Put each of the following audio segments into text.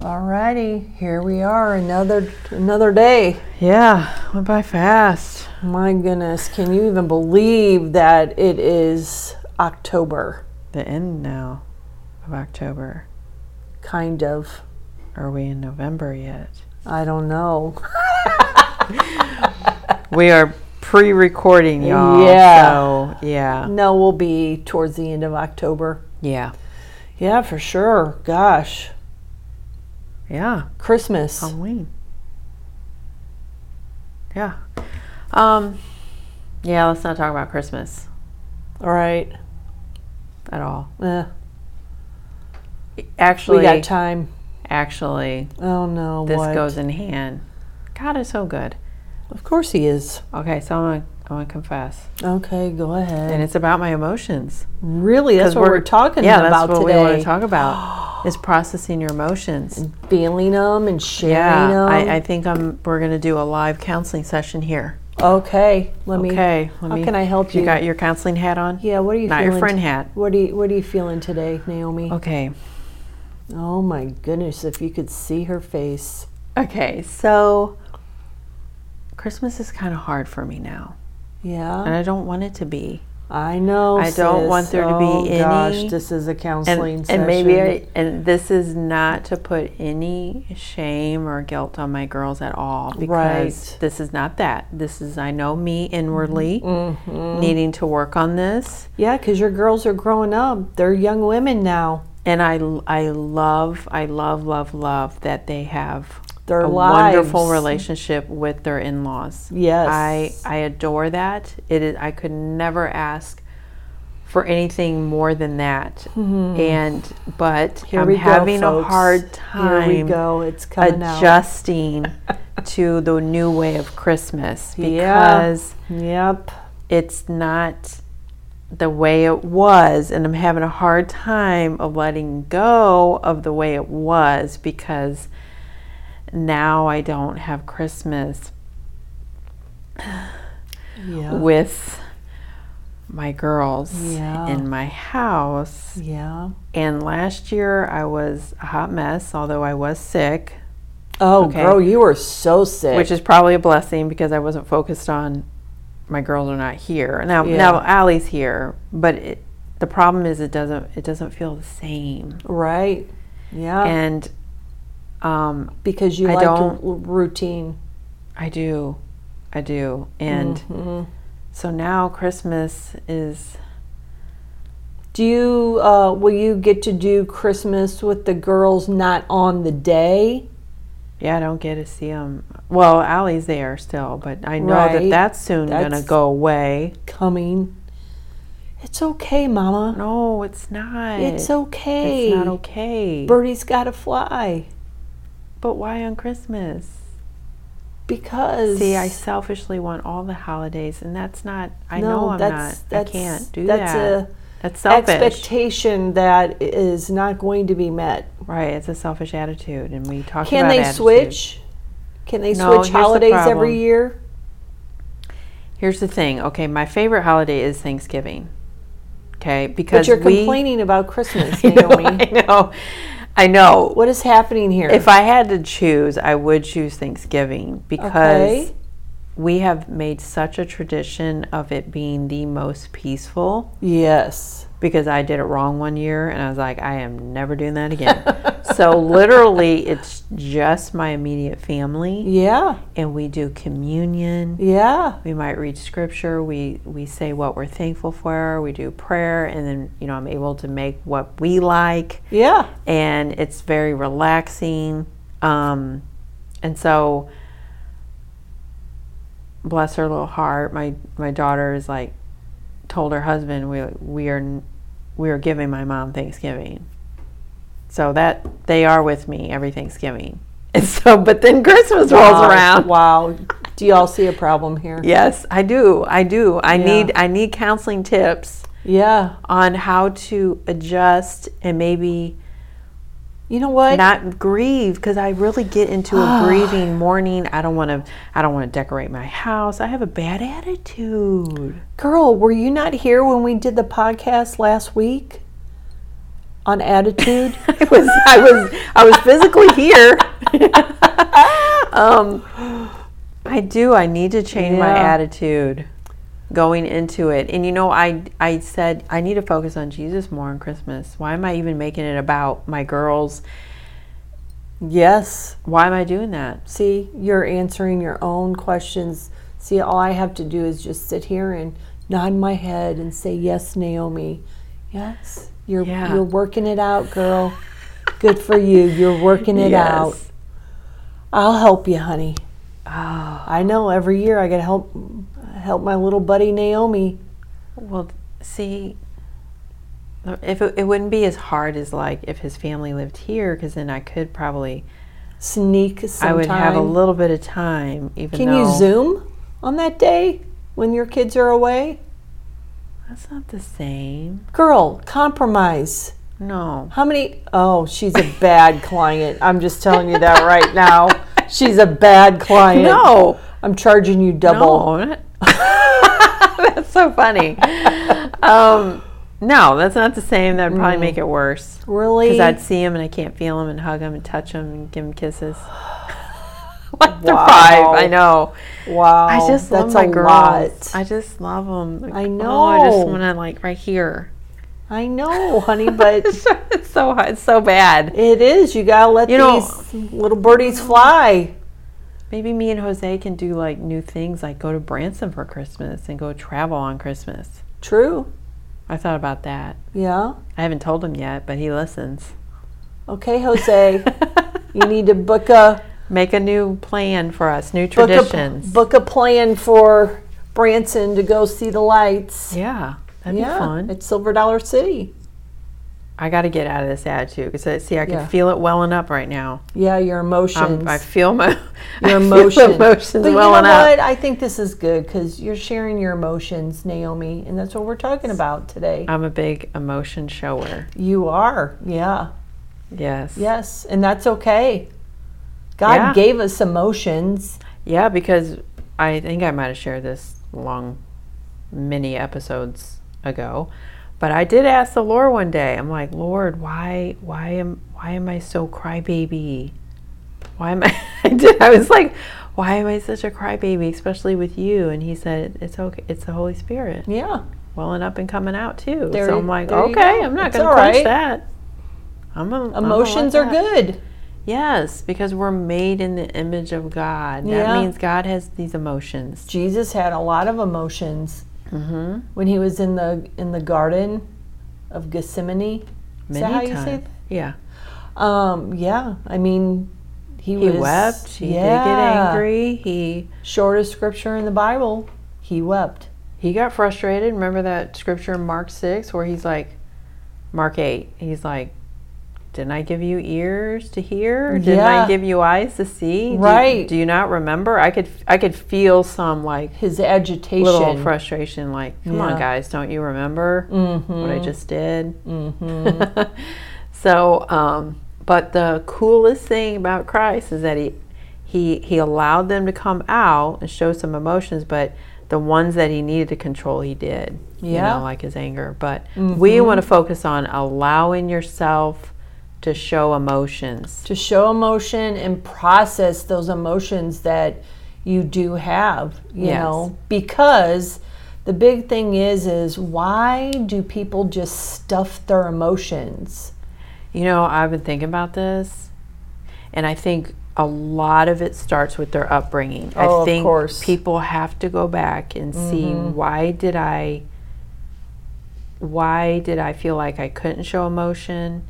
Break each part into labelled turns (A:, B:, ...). A: Alrighty, here we are, another another day.
B: Yeah, went by fast.
A: My goodness, can you even believe that it is October?
B: The end now of October.
A: Kind of.
B: Are we in November yet?
A: I don't know.
B: We are pre-recording, y'all.
A: Yeah.
B: So, yeah.
A: No, we'll be towards the end of October.
B: Yeah.
A: Yeah, for sure. Gosh,
B: Yeah.
A: Christmas.
B: Halloween. Yeah. Um yeah, let's not talk about Christmas
A: All right.
B: at all.
A: Eh, we
B: Actually,
A: got time.
B: actually
A: Oh no,
B: this
A: what?
B: goes in hand. God is so good.
A: Of course he is.
B: Okay, so I'm gonna, I'm gonna confess.
A: Okay, go ahead.
B: And it's about my emotions.
A: Really, that's
B: 'Cause
A: what we're, talking
B: yeah,
A: about
B: that's what
A: today.
B: we want to talk about is processing your emotions.
A: Feeling them and sharing
B: Yeah,
A: them.
B: I, I think I'm. We're gonna do a live counseling session here.
A: okay, let me.
B: Okay, let
A: how
B: me-
A: can I help
B: You
A: you?
B: got your counseling hat on?
A: Yeah, what are you
B: Not
A: feeling?
B: your friend hat.
A: What are you What are you feeling today, Naomi?
B: Okay.
A: Oh my goodness, if you could see her face.
B: Okay. So Christmas is kind of hard for me now, and
A: Yeah,
B: I don't want it to be.
A: I know.
B: I don't
A: sis.
B: want there to be
A: oh,
B: any-
A: Gosh, this is a
B: And,
A: counseling session.
B: and maybe I, and this is not to put any shame or guilt on my girls at all because
A: Right.
B: this is not that. This is I know me inwardly
A: Mm-hmm.
B: needing to work on this.
A: yeah, because your girls are growing up. They're young women now.
B: and I I love I love love love that they have
A: Their
B: a
A: lives.
B: wonderful relationship with their in-laws.
A: Yes.
B: I I adore that. It is, I could never ask for anything more than that. And but
A: Mm-hmm. Here
B: I'm
A: we go,
B: having a
A: folks.
B: hard time
A: Here we go. It's coming out.
B: adjusting to the new way of Christmas
A: Yeah.
B: because
A: Yep.
B: it's not the way it was and i'm having a hard time of letting go of the way it was because now i don't have christmas
A: Yeah.
B: with my girls
A: Yeah.
B: in my house
A: yeah.
B: and last year i was a hot mess although i was sick
A: Oh,
B: Okay.
A: girl, you were so sick.
B: which is probably a blessing because I wasn't focused on my girls are not here now.
A: Yeah.
B: Now Allie's here, but it, the problem is it doesn't it doesn't feel the same.
A: right. Yeah.
B: And um,
A: because you
B: I
A: like your
B: don't-
A: l- routine.
B: I do, I do, and
A: Mm-hmm.
B: so now Christmas is
A: Do you uh, will you get to do Christmas with the girls not on the day?
B: yeah. I don't get to see them. Well, Allie's there still, but I know
A: Right.
B: that that's soon gonna
A: That's-
B: go away.
A: Coming. It's okay, Mama.
B: No, it's not.
A: It's okay.
B: It's not okay.
A: Birdie's got to fly
B: but why on Christmas?
A: because
B: See, I selfishly want all the holidays, and that's not. I know I'm not. I can't do
A: that's
B: that.
A: a
B: that's selfish,
A: expectation that is not going to be met.
B: right? It's a selfish attitude, and we talk.
A: Can
B: about
A: they
B: attitude.
A: switch? Can they
B: No,
A: switch
B: here's the
A: holidays
B: problem.
A: every year?
B: Here's the thing. Okay, my favorite holiday is Thanksgiving. Okay, because
A: But you're
B: we,
A: complaining about Christmas,
B: I know,
A: Naomi.
B: I know. I know.
A: What is happening here?
B: If I had to choose, I would choose Thanksgiving because
A: Okay.
B: we have made such a tradition of it being the most peaceful.
A: yes.
B: because I did it wrong one year and I was like, I am never doing that again. so literally, it's just my immediate family,
A: Yeah.
B: and we do communion.
A: Yeah.
B: We might read scripture. We we say what we're thankful for. We do prayer, and then you know I'm able to make what we like,
A: Yeah.
B: and it's very relaxing. Um, and so, bless her little heart. My my daughter is like told her husband we we are we are giving my mom Thanksgiving. So that they are with me every Thanksgiving. And so, but then Christmas rolls
A: Wow,
B: around.
A: Uh, Wow. Do y'all see a problem here?
B: Yes, I do. I do. I
A: Yeah.
B: need I need counseling tips
A: Yeah.
B: on how to adjust and maybe
A: You know what?
B: not grieve because I really get into a grieving mourning. I don't want to. I don't want to decorate my house. I have a bad attitude.
A: Girl, were you not here when we did the podcast last week on attitude?
B: I was. I was. I was physically here. um, I do. I need to change my
A: Yeah.
B: attitude going into it. And you know, I I said I need to focus on Jesus more on Christmas. Why am I even making it about my girls?
A: yes.
B: Why am I doing that?
A: See, you're answering your own questions. See, all I have to do is just sit here and nod my head and say, "Yes, Naomi. Yes, you're
B: Yeah.
A: you're working it out, girl. Good for you. You're working it out.
B: Yes.
A: I'll help you, honey.
B: Oh.
A: I know every year I got to help help my little buddy Naomi.
B: Well, see, if it, it wouldn't be as hard as like if his family lived here, because then I could probably
A: Sneak sometime.
B: I would have a little bit of time. Even
A: Can
B: though
A: you Zoom on that day when your kids are away?
B: That's not the same.
A: Girl, compromise.
B: No,
A: How many? Oh, she's a bad client. I'm just telling you that right now. She's a bad client.
B: no,
A: I'm charging you double.
B: no. that's so funny. um, no, that's not the same. That'd probably make it worse.
A: Really?
B: Because I'd see him and I can't feel him and hug him and touch him and give him kisses. Like the
A: Wow.
B: five, I know.
A: wow.
B: I just
A: Oh, that's
B: love my
A: a
B: girls.
A: lot.
B: I just love them.
A: I
B: I just
A: know.
B: want to like right here.
A: I know, honey, but
B: it's so hot. It's so bad.
A: it is. You gotta let
B: You know-
A: these little birdies fly.
B: Maybe me and Jose can do like new things, like go to Branson for Christmas and go travel on Christmas.
A: True.
B: I thought about that.
A: Yeah.
B: I haven't told him yet, but he listens.
A: Okay, Jose. you need to book a
B: Make a new plan for us, new
A: book
B: traditions.
A: a book a plan for Branson to go see the lights.
B: yeah, that'd be fun.
A: at Silver Dollar City.
B: I got to get out of this attitude because see, I can
A: Yeah.
B: feel it welling up right now.
A: Yeah, your emotions.
B: I'm, I feel my
A: your
B: I feel
A: emotions.
B: emotions
A: but
B: welling
A: you know
B: up.
A: what? I think this is good because you're sharing your emotions, Naomi, and that's what we're talking about today.
B: I'm a big emotion shower.
A: You are, yeah,
B: Yes.
A: yes, and that's okay. God
B: Yeah.
A: gave us emotions.
B: Yeah, because I think I might have shared this long, many episodes ago, but I did ask the Lord one day. I'm like, Lord, why, why am, why am I so crybaby? Why am I? I did. I was like, why am I such a crybaby, especially with you? And He said, it's okay. It's the Holy Spirit
A: Yeah,
B: welling up and coming out too.
A: There
B: so
A: you-
B: I'm like,
A: there you
B: okay,
A: go.
B: I'm not
A: It's
B: going
A: all
B: to punch
A: right.
B: that. I'm a,
A: emotions
B: I'm
A: are good.
B: Yes, because we're made in the image of God. That
A: Yeah.
B: means God has these emotions.
A: Jesus had a lot of emotions when he was in the in the garden of Gethsemane. is that
B: Many
A: how you
B: times.
A: say
B: Yeah.
A: that? Um, yeah, I mean, he,
B: He
A: was,
B: wept. He did get
A: yeah.
B: angry. He
A: Shortest scripture in the Bible, he wept.
B: he got frustrated. Remember that scripture in Mark six where he's like Mark eight. He's like, Didn't I give you ears to hear? Didn't
A: Yeah.
B: I give you eyes to see? Do you- Do,
A: Right.
B: you not remember? I could I could feel some like
A: His agitation.
B: little frustration like, Come on
A: Yeah. Mm-hmm.
B: guys, don't you remember what I just did?
A: hmm
B: So, um, but the coolest thing about Christ is that he, he he allowed them to come out and show some emotions, but the ones that he needed to control, he did.
A: Yeah. Mm-hmm.
B: you know, like his anger. But we want to focus on allowing yourself to show emotions.
A: To show emotion and process those emotions that you do have, you
B: Yes.
A: know, because the big thing is is why do people just stuff their emotions?
B: You know, I've been thinking about this, and I think a lot of it starts with their upbringing.
A: Oh,
B: I
A: of
B: think
A: course. Mm-hmm.
B: people have to go back and see why did I why did I feel like I couldn't show emotion?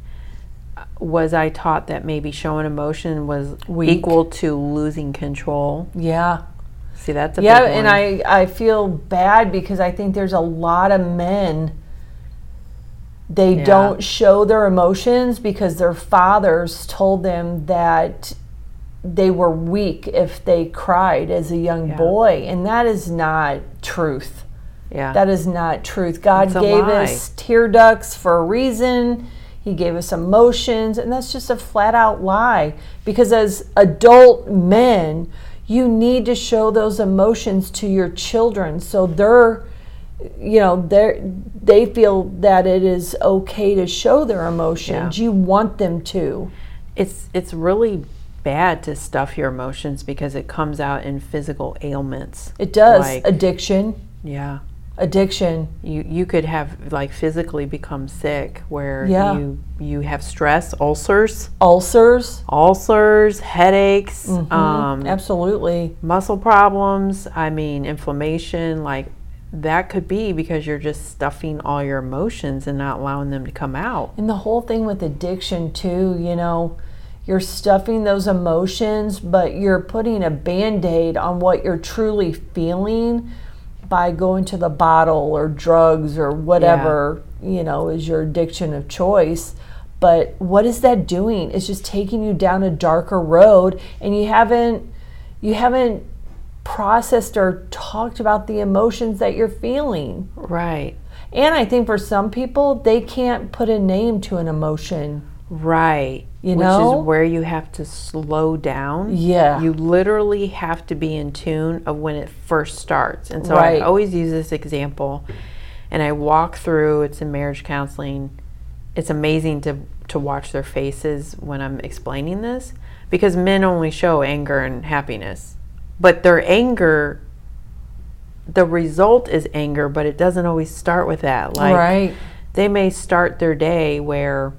B: Was I taught that maybe showing emotion was
A: Weak.
B: equal to losing control?
A: Yeah.
B: See, that's a
A: Yeah,
B: big
A: and
B: one.
A: I I feel bad because I think there's a lot of men They
B: Yeah.
A: don't show their emotions because their fathers told them that they were weak if they cried as a young
B: Yeah.
A: boy. And that is not truth.
B: Yeah.
A: That is not truth. God
B: It's a
A: gave
B: lie.
A: us tear ducts for a reason. He gave us emotions, and that's just a flat out lie. Because as adult men, you need to show those emotions to your children so they're you know they they feel that it is okay to show their emotions you want them to
B: it's it's really bad to stuff your emotions because it comes out in physical ailments.
A: it does
B: Like-
A: addiction
B: Yeah.
A: addiction
B: You you could have like physically become sick where
A: Yeah.
B: you you have stress, ulcers,
A: ulcers
B: ulcers, headaches,
A: Mm-hmm.
B: um,
A: absolutely
B: muscle problems, I mean inflammation, like that could be because you're just stuffing all your emotions and not allowing them to come out.
A: And the whole thing with addiction, too, you know, you're stuffing those emotions, but you're putting a band aid on what you're truly feeling by going to the bottle or drugs or whatever, you know, is your addiction of choice. But what is that doing? It's just taking you down a darker road and you haven't you haven't processed or talked about the emotions that you're feeling.
B: Right.
A: And I think for some people, they can't put a name to an emotion.
B: Right.
A: You
B: Which
A: know?
B: is where you have to slow down.
A: Yeah.
B: You literally have to be in tune of when it first starts. And so
A: Right.
B: I always use this example and I walk through it's in marriage counseling. It's amazing to to watch their faces when I'm explaining this because men only show anger and happiness. But their anger the result is anger, but it doesn't always start with that. Like
A: right.
B: they may start their day where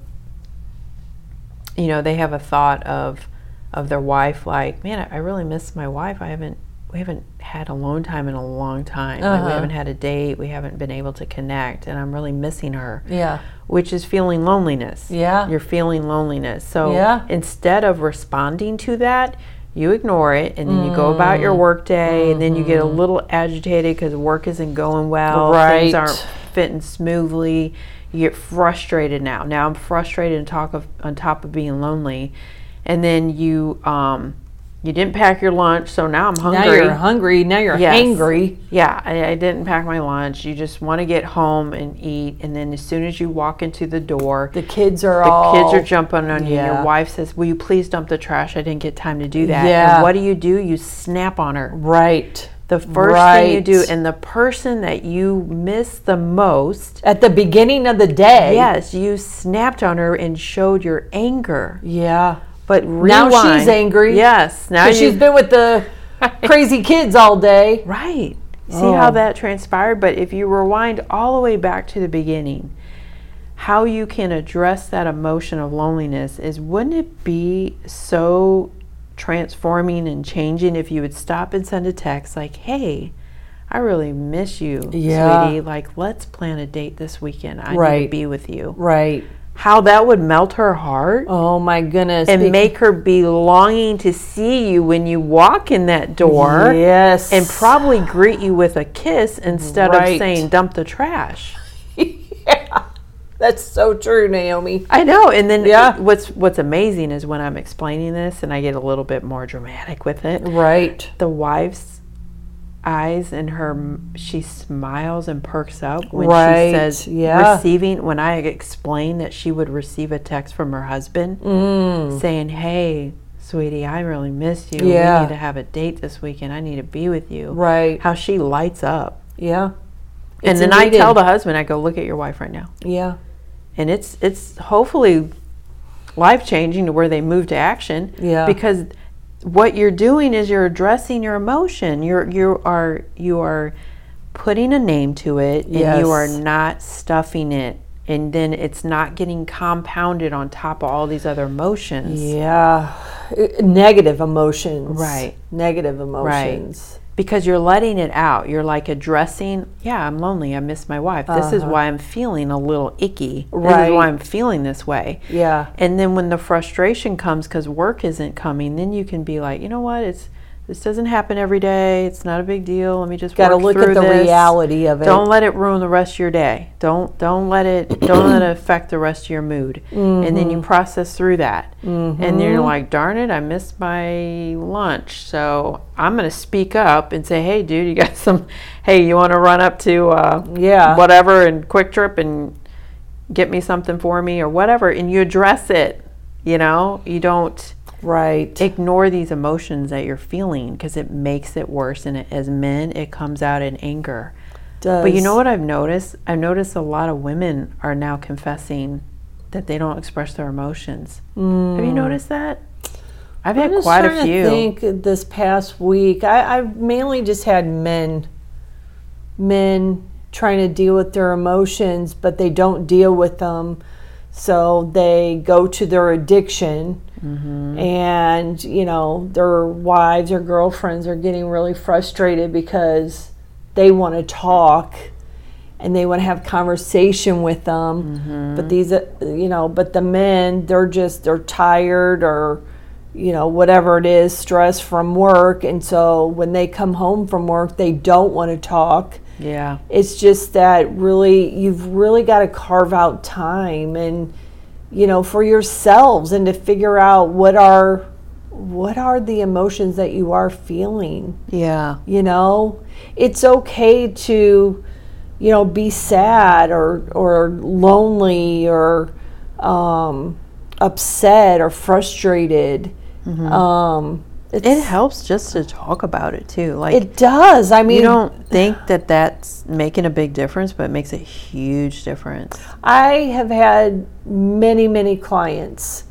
B: you know they have a thought of of their wife like man i I really miss my wife i haven't we haven't had alone time in a long time like,
A: Uh-huh.
B: we haven't had a date we haven't been able to connect and i'm really missing her
A: Yeah.
B: which is feeling loneliness
A: Yeah.
B: you're feeling loneliness so
A: Yeah.
B: instead of responding to that you ignore it and then you go about
A: Mm.
B: your work day and then you get a
A: Mm-hmm.
B: little agitated because work isn't going well
A: Right.
B: things aren't fitting smoothly you get frustrated now now i'm frustrated and talk of on top of being lonely and then you um you didn't pack your lunch so now i'm hungry
A: Now you're hungry. Now you're
B: Yes.
A: angry.
B: yeah, I, I didn't pack my lunch. You just want to get home and eat, and then as soon as you walk into the door,
A: The kids are
B: the
A: all.
B: kids are jumping on you.
A: Oh, Yeah.
B: Your wife says, "Will you please dump the trash? I didn't get time to do that."
A: Yeah.
B: And what do you do? You snap on her.
A: Right.
B: The first thing you do,
A: Right.
B: and the person that you miss the most,
A: At the beginning of the day.
B: yes, you snapped on her and showed your anger.
A: Yeah.
B: But
A: Now she's
B: rewind.
A: angry.
B: Yes, now
A: Because
B: you,
A: she's been with the crazy kids all day.
B: Right. See how
A: Oh.
B: that transpired? But if you rewind all the way back to the beginning, how you can address that emotion of loneliness is wouldn't it be so transforming and changing if you would stop and send a text like, hey, I really miss you,
A: Yeah.
B: sweetie. Like, let's plan a date this weekend. I need
A: Right.
B: to be with you.
A: Right.
B: How that would melt her heart
A: Oh my goodness.
B: and
A: Be-
B: make her be longing to see you when you walk in that door
A: Yes.
B: and probably greet you with a kiss instead
A: Right.
B: of saying dump the trash.
A: yeah. That's so true, Naomi.
B: I know. And then
A: Yeah.
B: what's what's amazing is when I'm explaining this and I get a little bit more dramatic with it.
A: Right.
B: The wife's eyes and her she smiles and perks up when
A: Right,
B: she says
A: yeah.
B: receiving when I explain that she would receive a text from her husband saying, "Hey, sweetie, I really miss you.
A: Mm. Yeah.
B: We need to have a date this weekend. I need to be with you."
A: Right.
B: How she lights up.
A: Yeah.
B: and
A: It's
B: then
A: needed.
B: I tell the husband, I go, look at your wife right now,
A: Yeah.
B: and it's it's hopefully life changing to where they move to action.
A: Yeah.
B: Because what you're doing is you're addressing your emotion. You're you are you are putting a name to it, and you are
A: Yes.
B: not stuffing it, and then it's not getting compounded on top of all these other emotions.
A: Yeah. Uh, Negative emotions.
B: Right.
A: Negative emotions.
B: because you're letting it out. You're like addressing, yeah, I'm lonely. I miss my wife. This is why I'm feeling a little icky. This is
A: Uh-huh. Right.
B: why I'm feeling this way.
A: Yeah.
B: And then when the frustration comes because work isn't coming, then you can be like, you know what? It's this doesn't happen every day. It's not a big deal. Let me just
A: Got to
B: work
A: look
B: through
A: at the
B: this.
A: reality of it.
B: Don't let it ruin the rest of your day. Don't don't let it don't let it affect the rest of your mood. And then you process through that. And then you're like, "Darn it, I missed my lunch." So, I'm going to speak up and say, "Hey, dude, you got some Hey, you want to run up to uh
A: Yeah.
B: whatever and Quick Trip and get me something for me or whatever." And you address it, you know? You don't
A: right.
B: ignore these emotions that you're feeling because it makes it worse and it, as men it comes out in anger but you
A: Does.
B: know what i've noticed i've noticed a lot of women are now confessing that they don't express their emotions have you noticed that i've had
A: Mm. I'm
B: quite
A: just
B: a
A: trying
B: few
A: To think this past week, I, I've mainly just had men, men trying to deal with their emotions, but they don't deal with them, so they go to their addiction,
B: Mm-hmm.
A: and you know their wives or girlfriends are getting really frustrated because they want to talk and they want to have conversation with them but these uh, you know but the men they're just they're tired or you know whatever it is stress from work and so when they come home from work they don't want to talk
B: yeah
A: it's just that really you've really got to carve out time and you know for yourselves and to figure out what are what are the emotions that you are feeling
B: yeah
A: you know it's okay to you know be sad or or lonely or um upset or frustrated
B: Mm-hmm.
A: um it's,
B: it helps just to talk about it too like
A: it does i mean
B: you don't think that that's making a big difference but it makes a huge difference
A: I have had many, many clients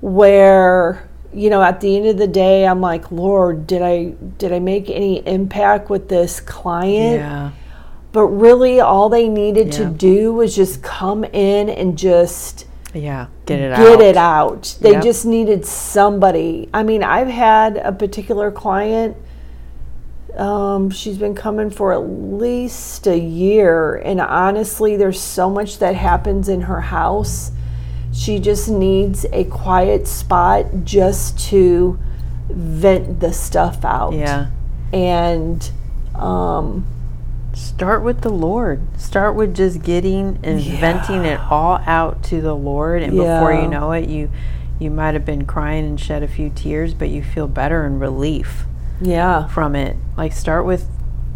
A: where you know at the end of the day I'm like, Lord, did I did I make any impact with this client?
B: yeah
A: But really, all they needed to
B: Yeah.
A: do was just come in and just
B: yeah get it
A: get
B: out
A: it out. They
B: Yep.
A: just needed somebody. I mean, I've had a particular client. Um, she's been coming for at least a year, and honestly, there's so much that happens in her house. She just needs a quiet spot just to vent the stuff out.
B: yeah
A: And um,
B: Start with the Lord. Start with just getting and venting it all out to the Lord and before
A: Yeah.
B: you know it you you might have been crying and shed a few tears, but you feel better and relief
A: yeah,
B: from it. Like start with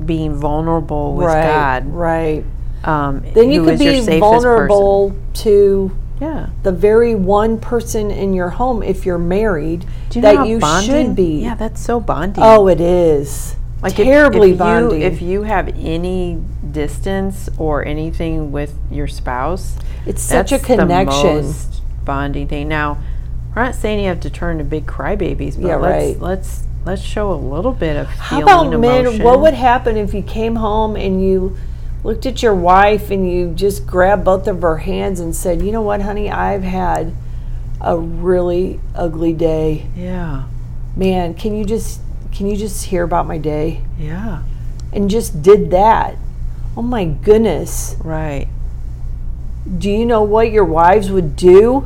B: being vulnerable with
A: right,
B: God.
A: right.
B: Um,
A: Then you
B: who
A: could
B: is your
A: be
B: safest
A: vulnerable to
B: Person. Yeah.
A: the very one person in your home if you're married
B: Do you know how
A: that you
B: bonding-
A: should be.
B: Yeah, that's so bonding.
A: Oh, it is.
B: like if-
A: terribly
B: if,
A: bonding.
B: You, if you have any distance or anything with your spouse,
A: it's such a
B: That's the
A: connection.
B: most bonding thing. Now, we're not saying you have to turn to big crybabies, but
A: Yeah,
B: let's,
A: right.
B: let's let's show a little bit of feeling
A: How about
B: emotion.
A: men? What would happen if you came home and you looked at your wife and you just grabbed both of her hands and said, "You know what, honey? I've had a really ugly day.
B: yeah,
A: Man, can you just can you just hear about my day?"
B: yeah,
A: And just did that. Oh my goodness.
B: right.
A: Do you know what your wives would do?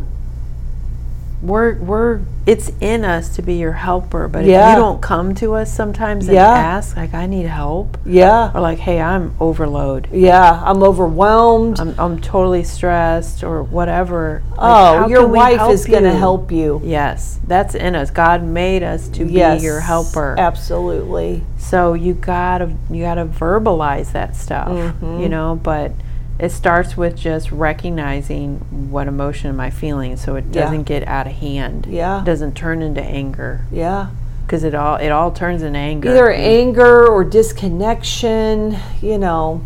B: We're we're it's in us to be your helper, but
A: Yeah.
B: if you don't come to us sometimes and
A: Yeah.
B: ask, like, I need help,
A: Yeah.
B: or like, hey, I'm overload,
A: Yeah, I'm overwhelmed.
B: I'm I'm totally stressed, or whatever. Like,
A: oh,
B: how
A: your
B: can we
A: wife
B: help
A: is going to
B: you?
A: help you.
B: Yes, that's in us. God made us to
A: yes,
B: be your helper.
A: Absolutely.
B: So you gotta you gotta verbalize that stuff,
A: Mm-hmm.
B: you know. But it starts with just recognizing what emotion am I feeling, so it
A: Yeah.
B: doesn't get out of hand.
A: Yeah.
B: it doesn't turn into anger
A: Yeah.
B: because it all it all turns into anger.
A: Either
B: Mm.
A: anger or disconnection, you know.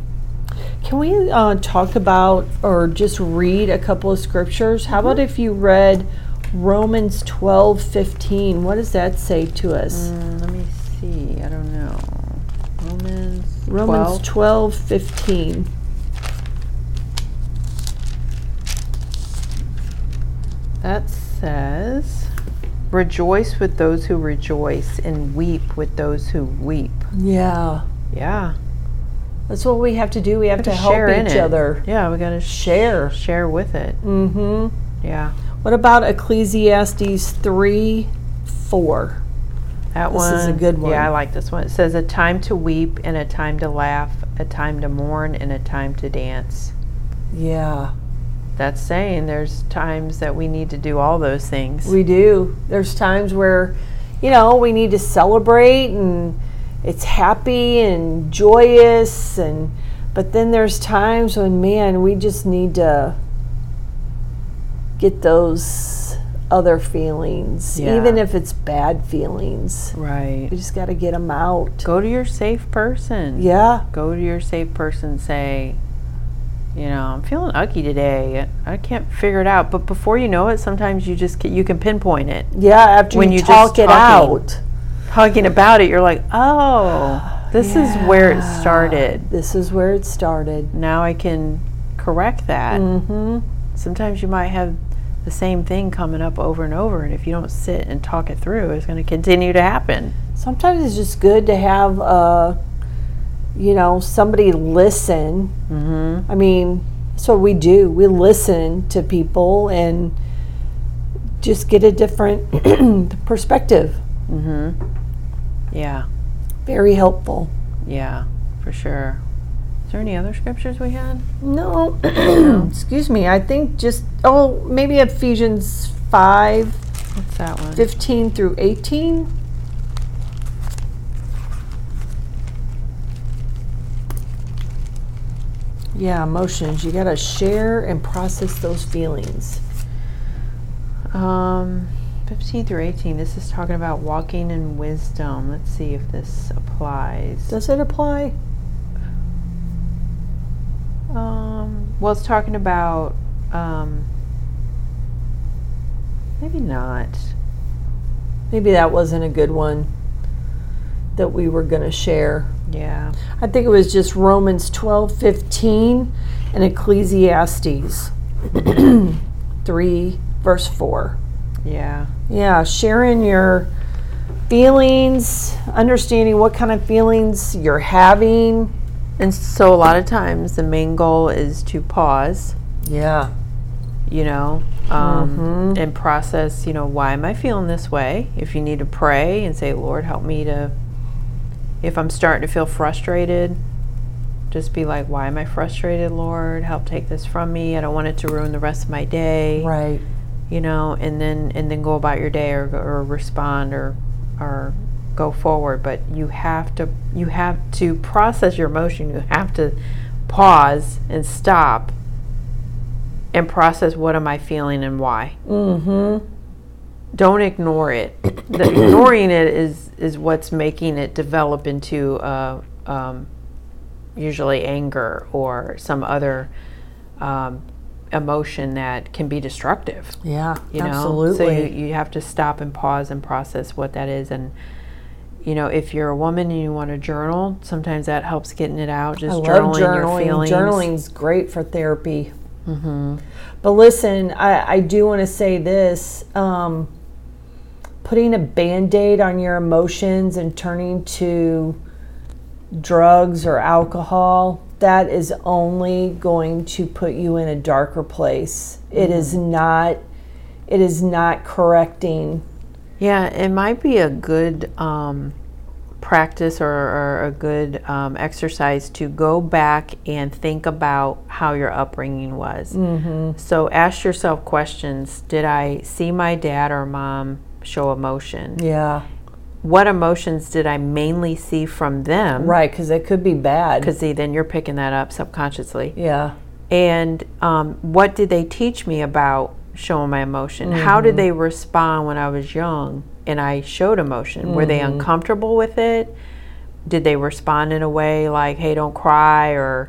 A: Can we uh, talk about or just read a couple of scriptures? How about if you read Romans 12 15? What does that say to us?
B: Mm, let me see. I don't know. Romans.
A: Romans
B: 12?
A: 12 15.
B: That says, "Rejoice with those who rejoice, and weep with those who weep."
A: Yeah.
B: Yeah.
A: That's what we have to do. We have to help
B: share in
A: each
B: it.
A: other.
B: Yeah, we gotta
A: Share.
B: share with it.
A: Mm hmm.
B: Yeah.
A: What about Ecclesiastes 3 4?
B: That
A: This
B: one
A: is a good one.
B: Yeah, I like this one. It says a time to weep and a time to laugh, a time to mourn and a time to dance.
A: Yeah,
B: That's saying there's times that we need to do all those things.
A: we do. There's times where, you know, we need to celebrate and it's happy and joyous and but then there's times when man, we just need to get those other feelings,
B: Yeah.
A: even if it's bad feelings.
B: right.
A: We just got to get them out.
B: Go to your safe person.
A: Yeah.
B: Go to your safe person and say, you know, I'm feeling ucky today. I can't figure it out. But before you know it, sometimes you just ca- you can pinpoint it.
A: Yeah, after
B: When
A: you
B: you're just
A: talk it
B: talking.
A: out.
B: Talking about it, you're like, "Oh, this is where it started."
A: This is where it started.
B: now I can correct that.
A: Mhm.
B: Sometimes you might have the same thing coming up over and over, and if you don't sit and talk it through, it's going to continue to happen.
A: Sometimes it's just good to have uh you know, somebody listen. Mm-hmm. I mean, that's what we do. We listen to people and just get a different perspective.
B: Yeah,
A: Very helpful.
B: yeah, for sure. Is there any other scriptures we had?
A: No, excuse me. I think just oh, maybe Ephesians 5
B: What's that one?
A: 15 through 18. Yeah, emotions. You got to share and process those feelings.
B: Um, 15 through 18. This is talking about walking in wisdom. Let's see if this applies.
A: Does it apply?
B: Um, well, it's talking about um, maybe not.
A: Maybe that wasn't a good one that we were going to share.
B: Yeah.
A: I think it was just Romans 12, 15, and Ecclesiastes 3, verse 4.
B: Yeah.
A: Yeah, sharing your feelings, understanding what kind of feelings you're having.
B: And so a lot of times the main goal is to pause,
A: Yeah.
B: you know, um,
A: Mm-hmm.
B: and process, you know, why am I feeling this way? If you need to pray and say, Lord, help me to, if I'm starting to feel frustrated, just be like, why am I frustrated, Lord? Help take this from me. I don't want it to ruin the rest of my day,
A: Right.
B: you know, and then, and then go about your day or, go- or respond or, or go forward. But you have to, you have to process your emotion. You have to pause and stop and process what am I feeling and why.
A: Mm-hmm.
B: Don't ignore it. the, ignoring it is is what's making it develop into uh, um, usually anger or some other um, emotion that can be destructive.
A: Yeah.
B: You know? So
A: absolutely.
B: you, you have to stop and pause and process what that is and. You know, if you're a woman and you want to journal, sometimes that helps getting it out. Just journaling, your feelings.
A: Journaling's great for therapy. Mm-hmm. But listen, I, I do want to say this. Um, putting a band-aid on your emotions and turning to drugs or alcohol that is only going to put you in a darker place It is not it is not correcting
B: Yeah, it might be a good um, practice or, or a good um, exercise to go back and think about how your upbringing was. Mm-hmm. So ask yourself questions Did I see my dad or mom show emotion?
A: yeah
B: What emotions did I mainly see from them?
A: right because it could be bad
B: Because see, then you're picking that up subconsciously
A: yeah
B: and um, what did they teach me about showing my emotion? How did they respond when I was young and I showed emotion? Were they uncomfortable with it? Did they respond in a way like, "Hey, don't cry," or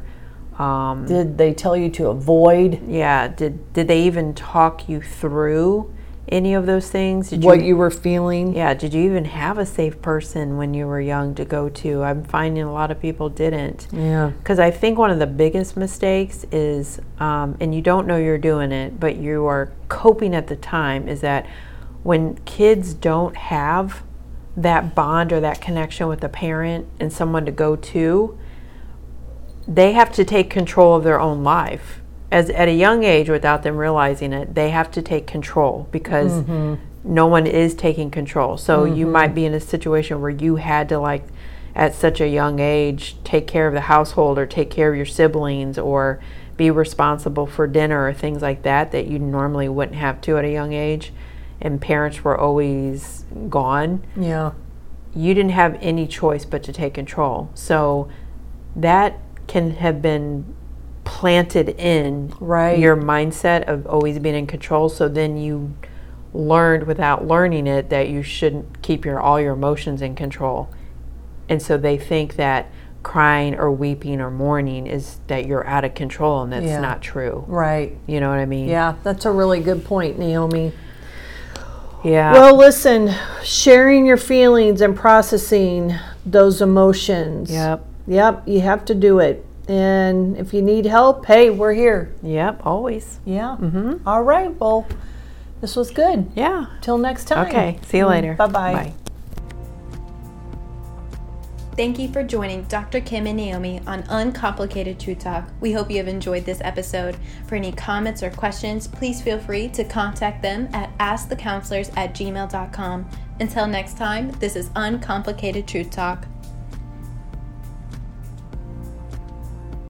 B: um,
A: did they tell you to avoid
B: yeah? Did did they even talk you through any of those things? Did e-,
A: what you were feeling
B: yeah, did you even have a safe person when you were young to go to? I'm finding a lot of people didn't.
A: yeah
B: Because I think one of the biggest mistakes is, um, and you don't know you're doing it, but you are coping at the time, is that when kids don't have that bond or that connection with a parent and someone to go to, they have to take control of their own life. As at a young age, without them realizing it, they have to take control because no one is taking control. So you might be in a situation where you had to like at such a young age take care of the household or take care of your siblings or be responsible for dinner or things like that that you normally wouldn't have to at a young age and parents were always gone
A: Yeah.
B: you didn't have any choice but to take control. So that can have been planted in
A: Right.
B: your mindset of always being in control. So then you learned without learning it that you shouldn't keep your all your emotions in control. And so they think that crying or weeping or mourning is that you're out of control and that's
A: Yeah.
B: not true.
A: Right.
B: You know what I mean?
A: Yeah, that's a really good point, Naomi.
B: Yeah.
A: Well, listen, sharing your feelings and processing those emotions.
B: Yep.
A: Yep, you have to do it. And if you need help, hey, we're here.
B: Yep, always.
A: Yeah. Mm-hmm. All right. Well, this was good.
B: Yeah.
A: Till next time.
B: Okay. See you later.
A: Bye-bye.
B: Bye.
C: Thank you for joining Dr. Kim and Naomi on Uncomplicated True Talk. We hope you have enjoyed this episode. For any comments or questions, please feel free to contact them at askthecounselors at gmail.com. Until next time, this is Uncomplicated Truth Talk.